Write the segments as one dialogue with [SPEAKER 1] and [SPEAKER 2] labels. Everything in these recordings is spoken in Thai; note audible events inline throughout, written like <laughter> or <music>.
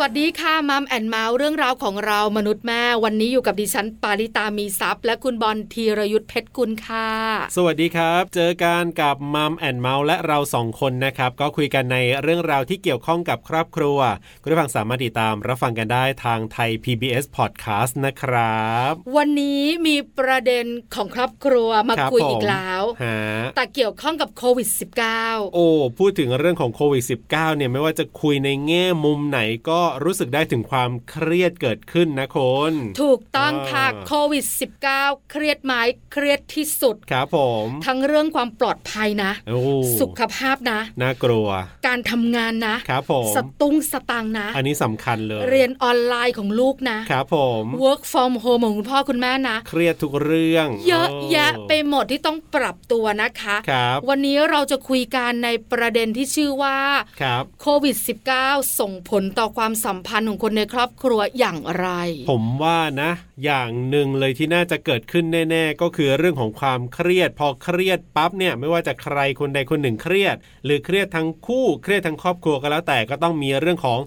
[SPEAKER 1] สวัสดีค่ะมัมแอนเมาส์เรื่องราวของเรามนุษย์แม่ วันนี้อยู่กับดิฉันปาริตามีซัพ์และคุณบอลธีรยุทธเพชรกุลค่ะ
[SPEAKER 2] สวัสดีครับ เจอกันกับมัมแอนเมาส์และเราสองคนนะครับ ก็คุยกันในเรื่องราวที่เกี่ยวข้องกับครอบครัว คุณผู้ฟังสามารถติดตามรับฟังกันได้ทางไทย PBS Podcast นะครับ
[SPEAKER 1] วันนี้มีประเด็นของครอบครัวมา
[SPEAKER 2] ครับ
[SPEAKER 1] คุยอีก
[SPEAKER 2] ผม
[SPEAKER 1] แล้ว
[SPEAKER 2] ฮะ
[SPEAKER 1] แต่เกี่ยวข้องกับโควิด -19
[SPEAKER 2] โอ้พูดถึงเรื่องของโควิด -19 เนี่ยไม่ว่าจะคุยในแง่มุมไหนก็รู้สึกได้ถึงความเครียดเกิดขึ้นนะคน
[SPEAKER 1] ถูกต้องค่ะ
[SPEAKER 2] อ่า
[SPEAKER 1] โควิด -19 เครียดไหมเครียดที่สุด
[SPEAKER 2] ครับผม
[SPEAKER 1] ทั้งเรื่องความปลอดภัยนะ
[SPEAKER 2] โอ้
[SPEAKER 1] สุขภาพนะ
[SPEAKER 2] น่ากลัว
[SPEAKER 1] การทำงานนะครับ
[SPEAKER 2] ผม
[SPEAKER 1] สตุ้งสตางค์นะ
[SPEAKER 2] อันนี้สำคัญเลย
[SPEAKER 1] เรียนออนไลน์ของลูกนะ
[SPEAKER 2] ครับผม
[SPEAKER 1] work from home ของคุณพ่อคุณแม่นะ
[SPEAKER 2] เครียดทุกเรื่อง
[SPEAKER 1] เยอะแยะ
[SPEAKER 2] โอ้
[SPEAKER 1] ไปหมดที่ต้องปรับตัวนะคะ
[SPEAKER 2] ครับ
[SPEAKER 1] วันนี้เราจะคุยกันในประเด็นที่ชื่อว่า
[SPEAKER 2] ครับ
[SPEAKER 1] โควิด -19 ส่งผลต่อความสัมพันธ์ของคนในครอบครัวอย่างไร
[SPEAKER 2] ผมว่านะ อย่างหนึ่งเลยที่น่าจะเกิดขึ้นแน่ๆ ก็คือเรื่องของความเครียด พอเครียดปั๊บเนี่ยไม่ว่าจะใครคนใดคนหนึ่งเครียด หรือเครียดทั้งคู่เครียดทั้งครอบครัวก็แล้วแต่ก็ต้องมีเรื่องของ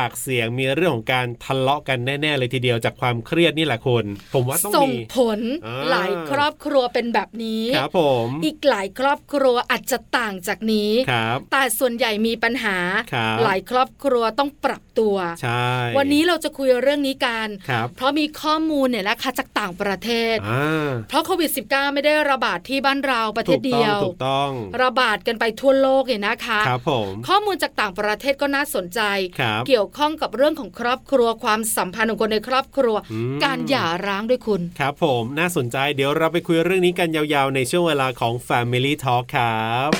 [SPEAKER 2] ปากเสียงมีเรื่องของการทะเลาะกันแน่ๆ เลยทีเดียวจากความเครียดนี่แหละคนผมว่าต้อง
[SPEAKER 1] ส่ง
[SPEAKER 2] มี
[SPEAKER 1] ผล
[SPEAKER 2] อ่า
[SPEAKER 1] หลายครอบครัวเป็นแบบนี้
[SPEAKER 2] ครับผม
[SPEAKER 1] อีกหลายครอบครัวอาจจะต่างจากนี้
[SPEAKER 2] ครับ
[SPEAKER 1] แต่ส่วนใหญ่มีปัญหา
[SPEAKER 2] ครับ
[SPEAKER 1] หลายครอบครัวต้องปรับตัว
[SPEAKER 2] ใช่
[SPEAKER 1] วันนี้เราจะคุยเรื่องนี้กัน
[SPEAKER 2] ครับ
[SPEAKER 1] เพราะมีข้อมูลเนี่ยนะคะจากต่างประเทศ
[SPEAKER 2] อ่า
[SPEAKER 1] เพราะโควิด -19 ไม่ได้ระบาดที่บ้านเราประเท
[SPEAKER 2] ถู
[SPEAKER 1] ศ
[SPEAKER 2] กต้
[SPEAKER 1] เดี
[SPEAKER 2] อง
[SPEAKER 1] ยว
[SPEAKER 2] ถูกต้อง
[SPEAKER 1] ระบาดกันไปทั่วโลกเนี่ยนะคะ
[SPEAKER 2] ครับผม
[SPEAKER 1] ข้อมูลจากต่างประเทศก็น่าสนใจ
[SPEAKER 2] ครับ
[SPEAKER 1] เกี่ยวข้องกับเรื่องของครอบครัวความสัมพันธ์ของคนในครอบครัว
[SPEAKER 2] อืม
[SPEAKER 1] การหย่าร้างด้วยคุณ
[SPEAKER 2] ครับผมน่าสนใจเดี๋ยวเราไปคุยเรื่องนี้กันยาวๆ ในช่วงเวลาของ Family Talk ครับ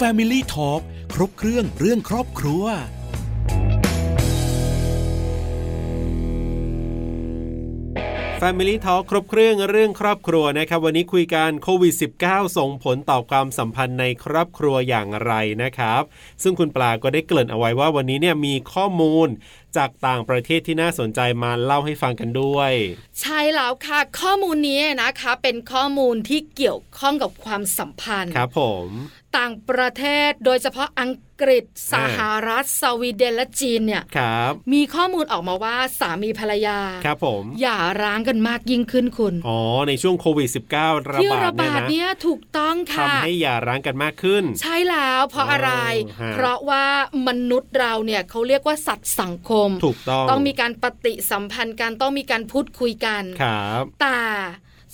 [SPEAKER 3] Family Talk ครบเครื่องเรื่องครอบครัว
[SPEAKER 2] Family Talk ครบเครื่องเรื่องครอบครัวนะครับ วันนี้คุยกันโควิด -19 ส่งผลต่อความสัมพันธ์ในครอบครัวอย่างไรนะครับ ซึ่งคุณปลาก็ได้เกริ่นเอาไว้ว่าวันนี้เนี่ยมีข้อมูลจากต่างประเทศที่น่าสนใจมาเล่าให้ฟังกันด้วย
[SPEAKER 1] ใช่แล้วค่ะ ข้อมูลนี้นะคะ เป็นข้อมูลที่เกี่ยวข้องกับความสัมพันธ์
[SPEAKER 2] ครับผม
[SPEAKER 1] ต่างประเทศโดยเฉพาะอังกฤษสหรัฐสวีเดนและจีนเนี่ย
[SPEAKER 2] ครับ
[SPEAKER 1] มีข้อมูลออกมาว่าสามีภรรยา
[SPEAKER 2] ครับผม
[SPEAKER 1] หย่าร้างกันมากยิ่งขึ้นคุณ
[SPEAKER 2] อ๋อในช่วงโควิด -19 ระ
[SPEAKER 1] ที่
[SPEAKER 2] บาด
[SPEAKER 1] ระ
[SPEAKER 2] เนี่ย
[SPEAKER 1] บาด
[SPEAKER 2] นะ
[SPEAKER 1] เนี่ยถูกต้องค่ะ
[SPEAKER 2] ทำให้หย่าร้างกันมากขึ้น
[SPEAKER 1] ใช่แล้วเพราะ
[SPEAKER 2] อ๋ออ
[SPEAKER 1] อะไร
[SPEAKER 2] ฮะ
[SPEAKER 1] เพราะว่ามนุษย์เราเนี่ยเขาเรียกว่าสัตว์สังคม
[SPEAKER 2] ถูกต้อง
[SPEAKER 1] ต้องมีการปฏิสัมพันธ์กันต้องมีการพูดคุยกัน
[SPEAKER 2] ครับ
[SPEAKER 1] แต่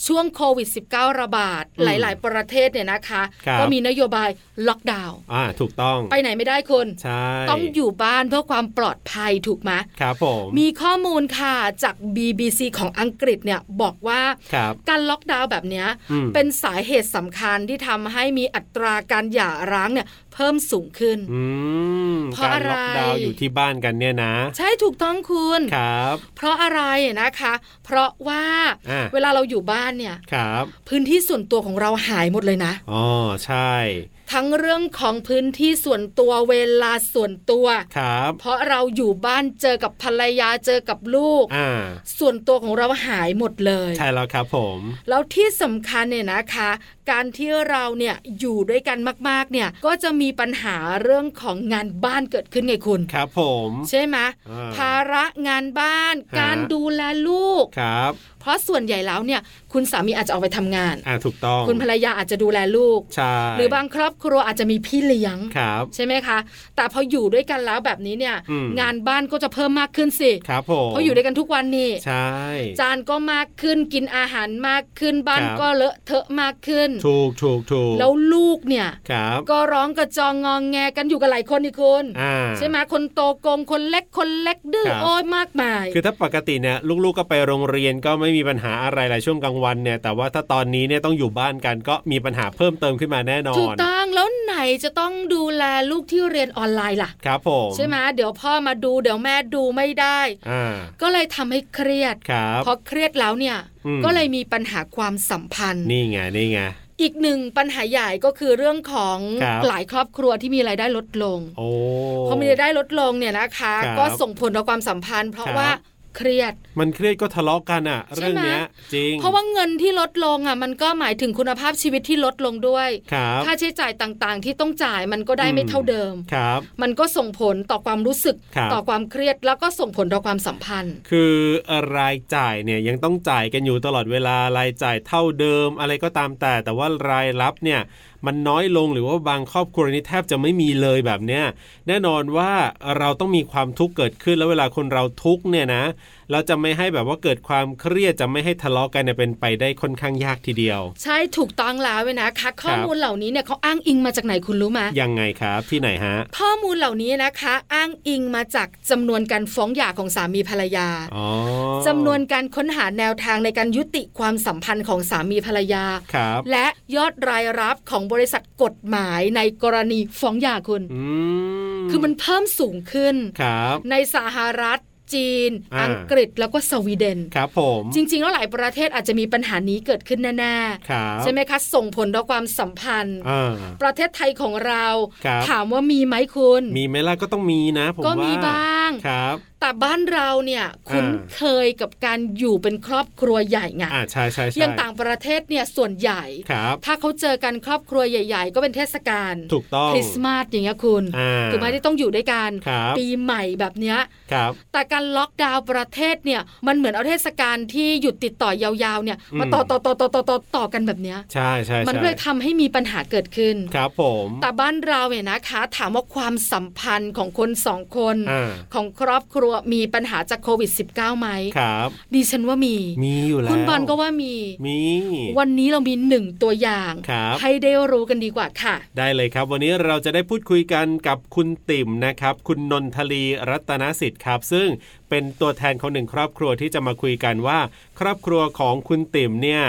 [SPEAKER 1] ช่วงโควิด -19 ระบาด
[SPEAKER 2] อืม
[SPEAKER 1] หลาย ๆ ประเทศเนี่ยนะคะ
[SPEAKER 2] ครับ
[SPEAKER 1] ก็มีนโยบายล็อกดาวน์
[SPEAKER 2] อ่าถูกต้อง
[SPEAKER 1] ไปไหนไม่ได้คุณ
[SPEAKER 2] ใช่
[SPEAKER 1] ต้องอยู่บ้านเพื่อความปลอดภัยถูกไหม
[SPEAKER 2] ครับผม
[SPEAKER 1] มีข้อมูลค่ะจาก BBC ของอังกฤษเนี่ยบอกว่า
[SPEAKER 2] ครับ
[SPEAKER 1] การล็อกดาวน์แบบเนี้ย
[SPEAKER 2] อืม
[SPEAKER 1] เป็นสาเหตุสำคัญที่ทำให้มีอัตราการหย่าร้างเนี่ยเพิ่มสูงขึ้น
[SPEAKER 2] อืม
[SPEAKER 1] เพราะ
[SPEAKER 2] กา
[SPEAKER 1] อะไร
[SPEAKER 2] ล็อกดาวน์อยู่ที่บ้านกันเนี่ยนะ
[SPEAKER 1] ใช่ถูกต้องคุณ
[SPEAKER 2] ครับ
[SPEAKER 1] เพราะอะไรนะคะ เพราะว่า
[SPEAKER 2] อ่ะ
[SPEAKER 1] เวลาเราอยู่บ้านเนี่ย
[SPEAKER 2] ครับ
[SPEAKER 1] พื้นที่ส่วนตัวของเราหายหมดเลยนะ
[SPEAKER 2] อ๋อใช่
[SPEAKER 1] ทั้งเรื่องของพื้นที่ส่วนตัวเวลาส่วนตัว
[SPEAKER 2] ครับ
[SPEAKER 1] เพราะเราอยู่บ้านเจอกับภรรยาเจอกับลูก
[SPEAKER 2] อ่า
[SPEAKER 1] ส่วนตัวของเราหายหมดเลย
[SPEAKER 2] ใช่แล้วครับผม
[SPEAKER 1] แล้วที่สำคัญเนี่ยนะคะ การที่เราเนี่ยอยู่ด้วยกันมากๆเนี่ยก็จะมีปัญหาเรื่องของงานบ้านเกิดขึ้นไงคุณ
[SPEAKER 2] ครับผม
[SPEAKER 1] ใช่ไหม
[SPEAKER 2] อ่า
[SPEAKER 1] ภาระงานบ้าน
[SPEAKER 2] ฮะ
[SPEAKER 1] การดูแลลูก
[SPEAKER 2] ครับ
[SPEAKER 1] เพราะส่วนใหญ่แล้วเนี่ย คุณสามีอาจจะออกไปทำงาน
[SPEAKER 2] อ่าถูกต้อง
[SPEAKER 1] คุณภรรยาอาจจะดูแลลูก
[SPEAKER 2] ใช่
[SPEAKER 1] หรือบางครอบครัวอาจจะมีพี่เลี้ยง
[SPEAKER 2] ครับ
[SPEAKER 1] ใช่ไหมคะ แต่พออยู่ด้วยกันแล้วแบบนี้เนี่ย
[SPEAKER 2] อืม
[SPEAKER 1] งานบ้านก็จะเพิ่มมากขึ้นสิ
[SPEAKER 2] ครับผม
[SPEAKER 1] เพราะอยู่ด้วยกันทุกวันนี่
[SPEAKER 2] ใช่
[SPEAKER 1] จานก็มากขึ้นกินอาหารมากขึ้นบ้าน
[SPEAKER 2] ครับ
[SPEAKER 1] ก็เลอะเทอะมากขึ้น
[SPEAKER 2] ถูกถูกถูก
[SPEAKER 1] แล้วลูกเนี่ย
[SPEAKER 2] ครับ
[SPEAKER 1] ก็ร้องกระจองงองแงกันอยู่กับหลายคนนี่คุณ
[SPEAKER 2] อ่า
[SPEAKER 1] ใช่ไหมคนโตโกงคนเล็กคนเล็กดื้อ
[SPEAKER 2] ครับ
[SPEAKER 1] โอ้ยมากมาย
[SPEAKER 2] คือถ้าปกติเนี่ยลูกๆก็ไปโรงเรียนก็ไม่มีปัญหาอะไรหลายช่วงกลางวันเนี่ย แต่ว่าถ้าตอนนี้เนี่ยต้องอยู่บ้านกันก็มีปัญหาเพิ่มเติมขึ้นมาแน่นอน
[SPEAKER 1] ถูกต้องแล้วไหนจะต้องดูแลลูกที่เรียนออนไลน์ล่ะ
[SPEAKER 2] ครับผม
[SPEAKER 1] ใช่ไหมเดี๋ยวพ่อมาดูเดี๋ยวแม่ดูไม่ได้
[SPEAKER 2] อ่า
[SPEAKER 1] ก็เลยทำให้เครียด
[SPEAKER 2] ครับ
[SPEAKER 1] พอเครียดแล้วเนี่ย
[SPEAKER 2] อืม
[SPEAKER 1] ก็เลยมีปัญหาความสัมพันธ์
[SPEAKER 2] นี่ไงนี่ไง
[SPEAKER 1] อีกหนึ่งปัญหาใหญ่ก็คือเรื่องของ
[SPEAKER 2] ครับ
[SPEAKER 1] หลายครอบครัวที่มีรายได้ลดลง
[SPEAKER 2] โอ้
[SPEAKER 1] พอมีรายได้ลดลงเนี่ยนะคะ
[SPEAKER 2] ครับ
[SPEAKER 1] ก็ส่งผลต่อความสัมพันธ์ เพราะ
[SPEAKER 2] ครับ
[SPEAKER 1] ว่า เครียด
[SPEAKER 2] มันเครียดก็ทะเลาะกันอ่ะ
[SPEAKER 1] ใช่ไหม
[SPEAKER 2] เรื่องเนี้ยจริง
[SPEAKER 1] เพราะว่าเงินที่ลดลงอ่ะมันก็หมายถึงคุณภาพชีวิตที่ลดลงด้วย
[SPEAKER 2] ครับ
[SPEAKER 1] ค่าใช้จ่ายต่างๆ ที่ต้องจ่ายมันก็ได้ไม่
[SPEAKER 2] อืม
[SPEAKER 1] เท่าเดิม
[SPEAKER 2] ครับ
[SPEAKER 1] มันก็ส่งผลต่อความรู้สึก
[SPEAKER 2] ครับ
[SPEAKER 1] ต่อความเครียดแล้วก็ส่งผลต่อความสัมพันธ์
[SPEAKER 2] คือรายจ่ายเนี่ยยังต้องจ่ายกันอยู่ตลอดเวลารายจ่ายเท่าเดิม อะไรก็ตามแต่ แต่ว่ารายรับเนี่ยมันน้อยลงหรือว่าบางครอบครัวนี่แทบจะไม่มีเลยแบบเนี้ยแน่นอนว่าเราต้องมีความทุกข์เกิดขึ้นแล้วเวลาคนเราทุกข์เนี่ยนะเราจะไม่ให้แบบว่าเกิดความเครียดจะไม่ให้ทะเลาะกันเนี่ยเป็นไปได้ค่อนข้างยากทีเดียว
[SPEAKER 1] ใช่ถูกต้องแล้วเว้ยนะคะข้อมูลเหล่านี้เนี่ยเขาอ้างอิงมาจากไหนคุณรู้ไหม
[SPEAKER 2] ยังไงครับที่ไหนฮะ
[SPEAKER 1] ข้อมูลเหล่านี้นะคะ อ้างอิงมาจากจำนวนการฟ้องหย่าของสามีภรรยา
[SPEAKER 2] อ๋อ
[SPEAKER 1] จำนวนการค้นหาแนวทางในการยุติความสัมพันธ์ของสามีภรรยา
[SPEAKER 2] ครับ
[SPEAKER 1] และยอดรายรับของบริษัทกฎหมายในกรณีฟ้องหย่าคุณ
[SPEAKER 2] อืม
[SPEAKER 1] คือมันเพิ่มสูงขึ้น
[SPEAKER 2] ครับ
[SPEAKER 1] ในสหรัฐ จีน
[SPEAKER 2] อ่า
[SPEAKER 1] อังกฤษแล้วก็สวีเดน
[SPEAKER 2] ครับผม
[SPEAKER 1] จริง ๆ แล้วหลายประเทศอาจจะมีปัญหานี้เกิดขึ้นแน่
[SPEAKER 2] ครับ
[SPEAKER 1] ๆ ใช่ไหมคะ ส่งผลต่อความสัมพันธ์
[SPEAKER 2] อ่า
[SPEAKER 1] ประเทศไทยของเรา
[SPEAKER 2] ครับ
[SPEAKER 1] ถามว่ามีไหมคุณ
[SPEAKER 2] มีไหมล่ะก็ต้องมีนะผม
[SPEAKER 1] ก็
[SPEAKER 2] ว่า
[SPEAKER 1] มีบ้าง
[SPEAKER 2] ครับ
[SPEAKER 1] แต่บ้านเราเนี่ยคุ้นเคยกับการอยู่เป็นครอบครัวใหญ่ไง
[SPEAKER 2] อ่าใช่ใช่ใช่
[SPEAKER 1] อย่างต่างประเทศเนี่ยส่วนใหญ่
[SPEAKER 2] ครับ
[SPEAKER 1] ถ้าเขาเจอกันครอบครัวใหญ่ ๆ ก็เป็นเทศกาล
[SPEAKER 2] ถูกต้อง
[SPEAKER 1] คริสต์มาสอย่างเงี้ยคุณ
[SPEAKER 2] อ่า
[SPEAKER 1] ถูกไหมที่ต้องอยู่ด้วยกัน
[SPEAKER 2] ครับ
[SPEAKER 1] ปีใหม่แบบเนี้ย
[SPEAKER 2] ครับ
[SPEAKER 1] แต่การล็อกดาวน์ประเทศเนี่ยมันเหมือนเอาเทศกาลที่หยุดติดต่อยาวๆเนี่ย
[SPEAKER 2] อืม
[SPEAKER 1] มาต่อต่อต่อต่อต่อต่อต่อกันแบบเนี้ย
[SPEAKER 2] ใช่ใช่ใช่
[SPEAKER 1] มันก็เลยทำให้มีปัญหาเกิดขึ้น
[SPEAKER 2] ครับผม
[SPEAKER 1] แต่บ้านเราเนี่ยนะคะถามว่าความสัมพันธ์ของคนสองคน
[SPEAKER 2] อ่า
[SPEAKER 1] ของครอบครัวมีปัญหาจากโควิด -19 ไหม
[SPEAKER 2] ครับ
[SPEAKER 1] ดิฉันว่ามี
[SPEAKER 2] มีอยู่แล้ว
[SPEAKER 1] คุณบอลก็ว่ามี
[SPEAKER 2] มี
[SPEAKER 1] วันนี้เรามีหนึ่งตัวอย่าง
[SPEAKER 2] ครับ
[SPEAKER 1] ให้ได้รู้กันดีกว่าค่ะ
[SPEAKER 2] ได้เลยครับ วันนี้เราจะได้พูดคุยกันกับคุณติ๋มนะครับ คุณนนทลีรัตนสิทธิ์ครับ ซึ่งเป็นตัวแทนของหนึ่งครอบครัวที่จะมาคุยกันว่า ครอบครัวของคุณติ๋มเนี่ย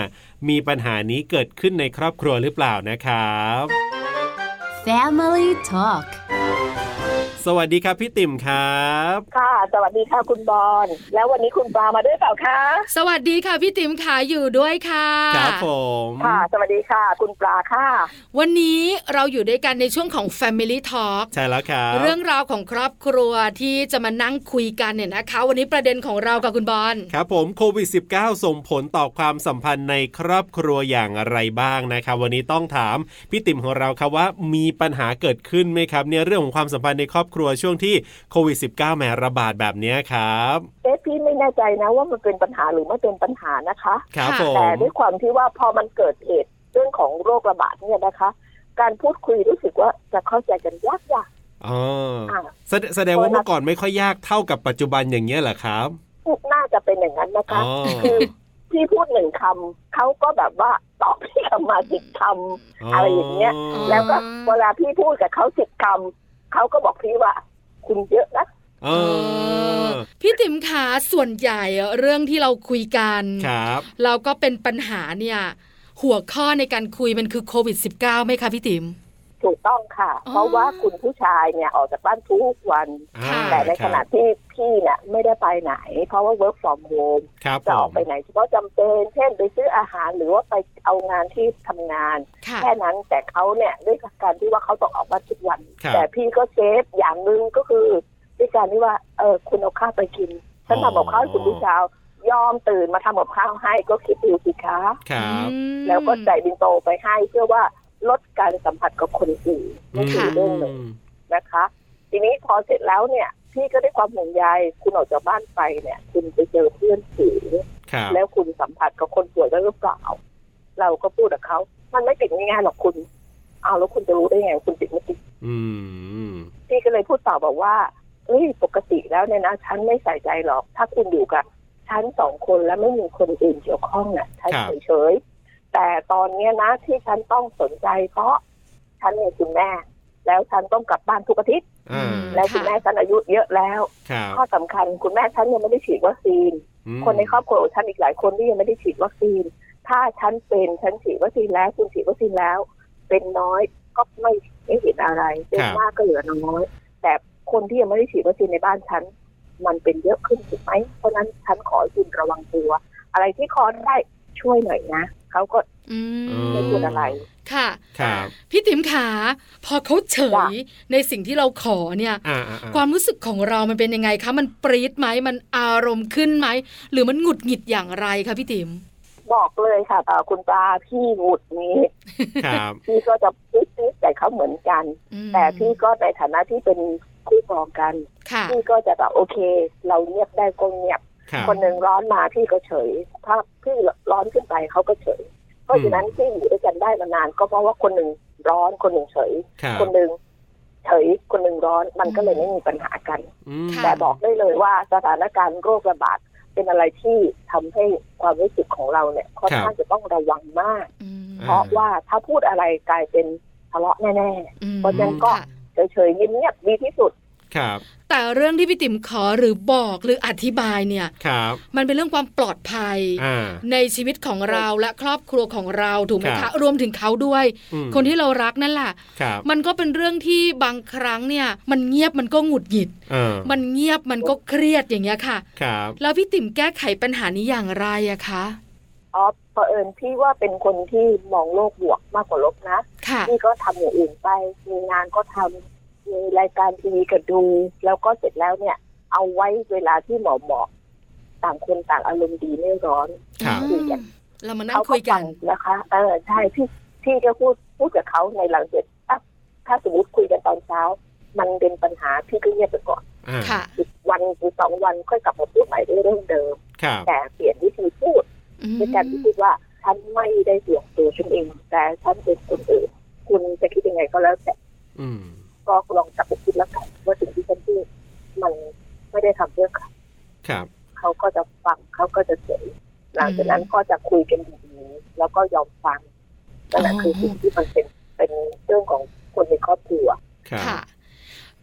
[SPEAKER 2] มีปัญหานี้เกิดขึ้นในครอบครัวหรือเปล่านะครับ
[SPEAKER 4] Family Talk
[SPEAKER 2] สวัสดีครับพี่ติ๋มครับ
[SPEAKER 5] ค่ะ สวัสดีค่ะคุณบอล แล้ววันนี้คุณปลามาด้วยเปล่าคะ
[SPEAKER 1] สวัสดีค่ะพี่ติ๋มค่ะอยู่ด้วยค่ะ
[SPEAKER 2] ครับผม
[SPEAKER 5] ค่ะ สวัสดีค่ะ คุณปลาค่ะ
[SPEAKER 1] วันนี้เราอยู่ด้วยกันในช่วงของ Family Talk
[SPEAKER 2] ใช่แล้วครับ
[SPEAKER 1] เรื่องราวของครอบครัวที่จะมานั่งคุยกันเนี่ยนะคะ วันนี้ประเด็นของเรากับคุณบอล
[SPEAKER 2] ครับผมโควิด -19 ส่งผลต่อความสัมพันธ์ในครอบครัวอย่างไรบ้างนะครับ วันนี้ต้องถามพี่ติ๋มของเราครับว่ามีปัญหาเกิดขึ้นไหมครับเนี่ยเรื่องของความสัมพันธ์ในครอบครัวช่วงที่โควิด -19 แหมระบาดแบบเนี้ยครับ
[SPEAKER 5] เอ๊ะพี่ไม่แน่ใจนะว่ามันเป็นปัญหาหรือไม่เป็นปัญหานะคะ
[SPEAKER 2] ครับผ
[SPEAKER 5] แต่
[SPEAKER 2] ม
[SPEAKER 5] ด้วยความที่ว่าพอมันเกิดเหตุเรื่องของโรคระบาดเนี่ยนะคะ การพูดคุยรู้สึกว่าจะเข้าใจกันยากยาก
[SPEAKER 2] อ๋อ
[SPEAKER 5] อ่ะ
[SPEAKER 2] แสดแสดงว่าเมื่อก่อนไม่ค่อยยากเท่ากับปัจจุบันอย่างเงี้ยเหรอครับ
[SPEAKER 5] น่าจะเป็นอย่างนั้นนะ
[SPEAKER 2] อ๋
[SPEAKER 5] คะ
[SPEAKER 2] อ
[SPEAKER 5] คือพี่พูดหนึ่งคำเขาก็แบบว่าตอบพี่คำมาสิบคำ อะไรอย่างเงี้ย แล้วก็เวลาพี่พูดกับเขาสิบคำเขาก็บอกพี่ว่า คุณเยอะนะ
[SPEAKER 2] เออ
[SPEAKER 1] พี่ติ๋มขาส่วนใหญ่เรื่องที่เราคุยกัน
[SPEAKER 2] ครับ
[SPEAKER 1] เราก็เป็นปัญหาเนี่ยหัวข้อในการคุยมันคือโควิด -19 ไหมคะพี่ติ๋ม
[SPEAKER 5] ถูกต้องค่ะ
[SPEAKER 1] อ๋อ
[SPEAKER 5] เพราะว่าคุณผู้ชายเนี่ยออกจากบ้านทุกวัน
[SPEAKER 2] อ่า
[SPEAKER 5] แต่ในขณะที่พี่เนี่ยไม่ได้ไปไหน เพราะว่า work from home
[SPEAKER 2] ครับ
[SPEAKER 5] จะออ
[SPEAKER 2] ผ
[SPEAKER 5] ก
[SPEAKER 2] ม
[SPEAKER 5] ไปไหนเฉพาะจำเป็น เช่นไปซื้ออาหารหรือว่าไปเอางานที่ทำงาน
[SPEAKER 1] ค่ะ
[SPEAKER 5] แค่นั้นแต่เขาเนี่ยด้วยการที่ว่าเขาต้องออกมาทุกวัน
[SPEAKER 2] ครับ
[SPEAKER 5] แต่พี่ก็เซฟอย่างหนึ่งก็คือด้วยการที่ว่าเออคุณเอาข้าวไปกินฉันทำกับข้าวให้คุณผู้ชายยอมตื่นมาทำกับข้าวให้ก็คิดดูสิคะ
[SPEAKER 2] ครับ
[SPEAKER 1] อืม
[SPEAKER 5] แล้วก็จ่ายบินโตไปให้เพื่อว่าลดการสัมผัสกับคนอื่นนี่คือ
[SPEAKER 1] ค่ะ
[SPEAKER 5] เรื่องหนึ่งนะคะ ทีนี้พอเสร็จแล้วเนี่ย พี่ก็ได้ความห่วงใยคุณออกจากบ้านไปเนี่ย คุณไปเจอเพื่อนฝูง
[SPEAKER 2] ครับ
[SPEAKER 5] แล้วคุณสัมผัสกับคนป่วยแล้วหรือเปล่าเราก็พูดกับเขามันไม่ติดง่ายๆหรอกคุณเอาแล้วคุณจะรู้ได้ไงคุณติดไม่ติด
[SPEAKER 2] อืม
[SPEAKER 5] พี่ก็เลยพูดต่อบอกว่าเอ้ยปกติแล้วเนี่ยนะฉันไม่ใส่ใจหรอก ถ้าคุณอยู่กับฉันสองคนแล้วไม่มีคนอื่นเกี่ยวข้องน่ะฉัน
[SPEAKER 2] ครับ
[SPEAKER 5] เฉยๆแต่ตอนเนี้ยนะที่ฉันต้องสนใจเพราะฉันมีคุณแม่ แล้วฉันต้องกลับบ้านทุกอาทิตย์
[SPEAKER 2] อ่า
[SPEAKER 5] แล้วคุณ
[SPEAKER 1] ค่ะ
[SPEAKER 5] แม่ฉันอายุเยอะแล้ว
[SPEAKER 2] ครับ
[SPEAKER 5] ข้อสำคัญคุณแม่ฉันยังไม่ได้ฉีดวัคซีน
[SPEAKER 2] อืม
[SPEAKER 5] คนในครอบครัวของฉันอีกหลายคนที่ยังไม่ได้ฉีดวัคซีน ถ้าฉันเป็นฉันฉีดวัคซีนแล้วคุณฉีดวัคซีนแล้ว เป็นน้อยก็ไม่ไม่เห็นอะไรเป็น
[SPEAKER 2] ครับ
[SPEAKER 5] มากก็เหลือน้อย แต่คนที่ยังไม่ได้ฉีดวัคซีนในบ้านฉันมันเป็นเยอะขึ้นถูกไหมเพราะฉะนั้นฉันขอให้คุณระวังตัว อะไรที่คอได้ ช่วยหน่อยนะเขาก็
[SPEAKER 1] อืม
[SPEAKER 2] อื
[SPEAKER 5] ไม่พูดอะไร
[SPEAKER 1] ค่ะ
[SPEAKER 2] ครับ
[SPEAKER 1] พี่ติ๋มขาพอเขาเฉ
[SPEAKER 5] จ้ะ
[SPEAKER 1] ยในสิ่งที่เราขอเนี่ย
[SPEAKER 2] อ่าอ่าอ่า
[SPEAKER 1] ความรู้สึกของเรามันเป็นยังไงคะ มันปรี๊ดไหมมันอารมณ์ขึ้นไหม หรือมันหงุดหงิดอย่างไรคะพี่ติ๋ม
[SPEAKER 5] บอกเลยค่ะเอ่อคุณปลาพี่หงุดหงิด
[SPEAKER 2] ครับ
[SPEAKER 5] พี่ก็จะปิ๊ดปิ๊ดใส่เขาเหมือนกัน
[SPEAKER 1] อืม
[SPEAKER 5] แต่พี่ก็ในฐานะที่เป็นคู่ครองกัน
[SPEAKER 1] ค่ะ
[SPEAKER 5] พี่ก็จะแบบโอเค เราเงียบได้ก็เงียบ
[SPEAKER 2] ครับ
[SPEAKER 5] คนหนึ่งร้อนมาพี่ก็เฉย ถ้าพี่ร้อนขึ้นไปเขาก็เฉย เพราะฉะนั้นที่อยู่ด้วยกันได้มานาน ก็เพราะว่าคนหนึ่งร้อนคนหนึ่งเฉย
[SPEAKER 2] ครับ
[SPEAKER 5] คนหนึ่งเฉยคนหนึ่งร้อนมันก็เลยไม่มีปัญหากัน
[SPEAKER 2] อืม
[SPEAKER 5] แต่บอกได้เลยว่าสถานการณ์โรคระบาดเป็นอะไรที่ทำให้ความรู้สึกของเราเนี่ยค่อนข้างจะต้องระวังมาก
[SPEAKER 1] อืม
[SPEAKER 5] เพราะว่าถ้าพูดอะไรกลายเป็นทะเลาะแน่
[SPEAKER 1] อืม
[SPEAKER 5] เพราะฉะนั้นก็
[SPEAKER 1] ค่ะ
[SPEAKER 5] ๆเฉยๆเงียบๆดีที่สุด
[SPEAKER 2] ครับ
[SPEAKER 1] แต่เรื่องที่พี่ติ๋มขอหรือบอกหรืออธิบายเนี่ย
[SPEAKER 2] ครับ
[SPEAKER 1] มันเป็นเรื่องความปลอดภัย
[SPEAKER 2] อ่า
[SPEAKER 1] ในชีวิตของเราและครอบครัวของเราถูกไหม
[SPEAKER 2] ครั
[SPEAKER 1] คะ
[SPEAKER 2] บ
[SPEAKER 1] รวมถึงเขาด้วย
[SPEAKER 2] อืม
[SPEAKER 1] คนที่เรารักนั่นแหละ
[SPEAKER 2] ครับ
[SPEAKER 1] มันก็เป็นเรื่องที่บางครั้งเนี่ย มันเงียบมันก็หงุดหงิด
[SPEAKER 2] เออ
[SPEAKER 1] มันเงียบมันก็เครียดอย่างเงี้ยค่ะ
[SPEAKER 2] ครับ
[SPEAKER 1] แล้วพี่ติ๋มแก้ไขปัญหานี้อย่างไรอะคะ
[SPEAKER 5] ออฟเผอิญพี่ว่าเป็นคนที่มองโลกบวกมากกว่าลบนะ
[SPEAKER 1] ค่ะ
[SPEAKER 5] พี่ก็ทำอย่างอื่นไป มีงานก็ทำมีรายการทีวีก็ดู แล้วก็เสร็จแล้วเนี่ย เอาไว้เวลาที่เหมาะๆต่างคนต่างอารมณ์ดีไม่ร้อน
[SPEAKER 2] ครับ
[SPEAKER 1] อืมเรามานั่ง
[SPEAKER 5] เขา
[SPEAKER 1] คุยกัน
[SPEAKER 5] ฟังนะคะ เออใช่พี่พี่ก็พูดพูดกับเขาในหลังเสร็จปั๊บถ้าสมมติคุยกันตอนเช้า มันเป็นปัญหาพี่ก็เงียบไปก่อน
[SPEAKER 2] อ่า
[SPEAKER 1] ค่ะ
[SPEAKER 5] อีกวันหรือสองวันค่อยกลับมาพูดใหม่เรื่องเดิม
[SPEAKER 2] ครับ
[SPEAKER 5] แต่เปลี่ยนวิธีพูด ด้วยการที่พูดว่าฉันไม่ได้ห่วงตัวฉันเอง แต่ฉันเป็นคนอื่นคุณจะคิดยังไงก็แล้วแต่
[SPEAKER 2] อืม
[SPEAKER 5] ก็ลองกลับไปคิดแล้วกันว่าสิ่งที่ฉันพูดมันไม่ได้ทำเพื่อเขา
[SPEAKER 2] ครับ
[SPEAKER 5] เขาก็จะฟังเขาก็จะเฉยหลังจากนั้นก็จะคุยกันดีๆแล้วก็ยอมฟังนั่นแหละ
[SPEAKER 1] อ๋อ
[SPEAKER 5] คือสิ่งที่มันเป็นเป็นเรื่องของคนในครอบครัว
[SPEAKER 2] ครับ
[SPEAKER 1] ค่ะ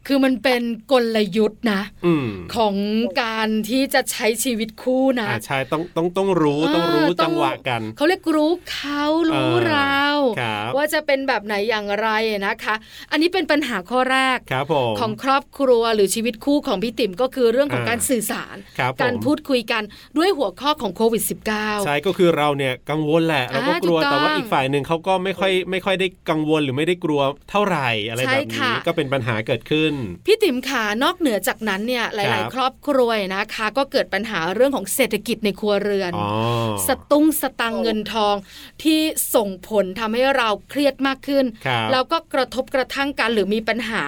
[SPEAKER 1] คือมันเป็นกลยุทธ์นะ
[SPEAKER 2] อืม
[SPEAKER 1] ของการที่จะใช้ชีวิตคู่นะ
[SPEAKER 2] อ่าใช่ต้องต้องต้องรู้ต้องรู้
[SPEAKER 1] อ่าต้
[SPEAKER 2] จั
[SPEAKER 1] อง
[SPEAKER 2] งหวะกัน
[SPEAKER 1] เขาเรียกรู้เขารู้
[SPEAKER 2] เออ
[SPEAKER 1] เรา
[SPEAKER 2] ครับ
[SPEAKER 1] ว่าจะเป็นแบบไหนอย่างไรนะคะ อันนี้เป็นปัญหาข้อแรก
[SPEAKER 2] ครับผม
[SPEAKER 1] ของครอบครัวหรือชีวิตคู่ของพี่ติ๋มก็คือเรื่องของ
[SPEAKER 2] อ่า
[SPEAKER 1] การสื่อสาร
[SPEAKER 2] ครับผม
[SPEAKER 1] การพูดคุยกันด้วยหัวข้อของโควิด -19
[SPEAKER 2] ใช่ก็คือเราเนี่ยกังวลแหละเราก็
[SPEAKER 1] อ่าก
[SPEAKER 2] ลัว
[SPEAKER 1] ถูกต้อง
[SPEAKER 2] แต่ว่าอีกฝ่ายหนึ่งเขาก็ไม่ค่อยไม่ค่อยได้กังวลหรือไม่ได้กลัวเท่าไหร่อะไร
[SPEAKER 1] ใช่
[SPEAKER 2] แบบ
[SPEAKER 1] ค่ะ
[SPEAKER 2] นี้ก็เป็นปัญหาเกิดขึ้น
[SPEAKER 1] พี่ติ๋มขานอกเหนือจากนั้นเนี่ยห
[SPEAKER 2] ครั
[SPEAKER 1] ลาย
[SPEAKER 2] บ
[SPEAKER 1] ๆ ครอบครัวนะคะ ก็เกิดปัญหาเรื่องของเศรษฐกิจในครัวเรือน
[SPEAKER 2] อ๋อ
[SPEAKER 1] สตุ้งสตังเงินทองที่ส่งผลทำให้เราเครียดมากขึ้น
[SPEAKER 2] ครับ
[SPEAKER 1] แล้วก็กระทบกระทั่งกันหรือมีปัญหา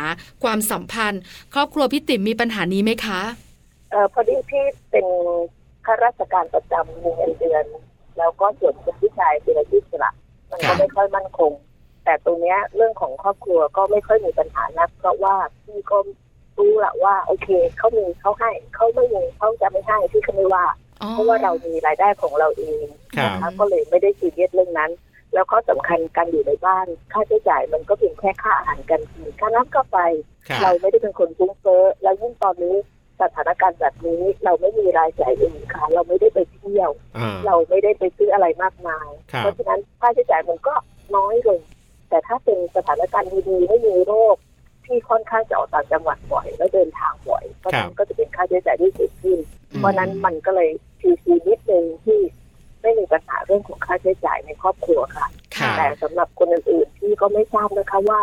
[SPEAKER 1] ความสัมพันธ์ ครอบครัวพี่ติ๋มมีปัญหานี้ไหมคะ
[SPEAKER 5] เออพอดีพี่เป็นข้าราชการประจำมีเงินเดือน แล้วก็ส่วนเป็นผู้ชายเป็นอาชีพสละมันก็ไม่ค่อยมั่นคง แต่ตรงเนี้ยเรื่องของครอบครัวก็ไม่ค่อยมีปัญหานักเพราะว่าพี่ก็รู้ละว่า โอเคเขามีเขาให้เขาไม่มีเขาจะไม่ให้พี่ก็ไม่ว่า เพราะว่าเรามีรายได้ของเราเอง
[SPEAKER 2] ครับ
[SPEAKER 5] นะคะก็เลยไม่ได้ซีเรียสเรื่องนั้น แล้วก็สำคัญการอยู่ในบ้าน ค่าใช้จ่ายมันก็เพียงแค่ค่าอาหารการกินค่าน้ำค่าไฟ
[SPEAKER 2] ครับ
[SPEAKER 5] เราไม่ได้เป็นคนฟุ้งเฟ้อแล้วยิ่งตอนนี้สถานการณ์แบบนี้ เราไม่มีรายจ่ายอื่นค่ะ เราไม่ได้ไปเที่ยว
[SPEAKER 2] อ่า
[SPEAKER 5] เราไม่ได้ไปซื้ออะไรมากมาย
[SPEAKER 2] ครับ
[SPEAKER 5] เพราะฉะนั้นค่าใช้จ่ายมันก็น้อยลงแต่ถ้าเป็นสถานการณ์ดีๆไม่มีโรค ที่ค่อนข้างจะออกต่างจังหวัดบ่อย และเดินทางบ่อยเพราะฉะนั้นก็จะเป็นค่าใช้จ่ายที่สูงขึ้น
[SPEAKER 2] อืม
[SPEAKER 5] เพราะฉะนั้นมันก็เลยทีซีนิดนึงที่ไม่มีปัญหาเรื่องของค่าใช้จ่ายในครอบครัวค่ะ
[SPEAKER 1] ค่ะ
[SPEAKER 5] แต่สำหรับคนอื่นๆที่ก็ไม่ทราบนะคะว่า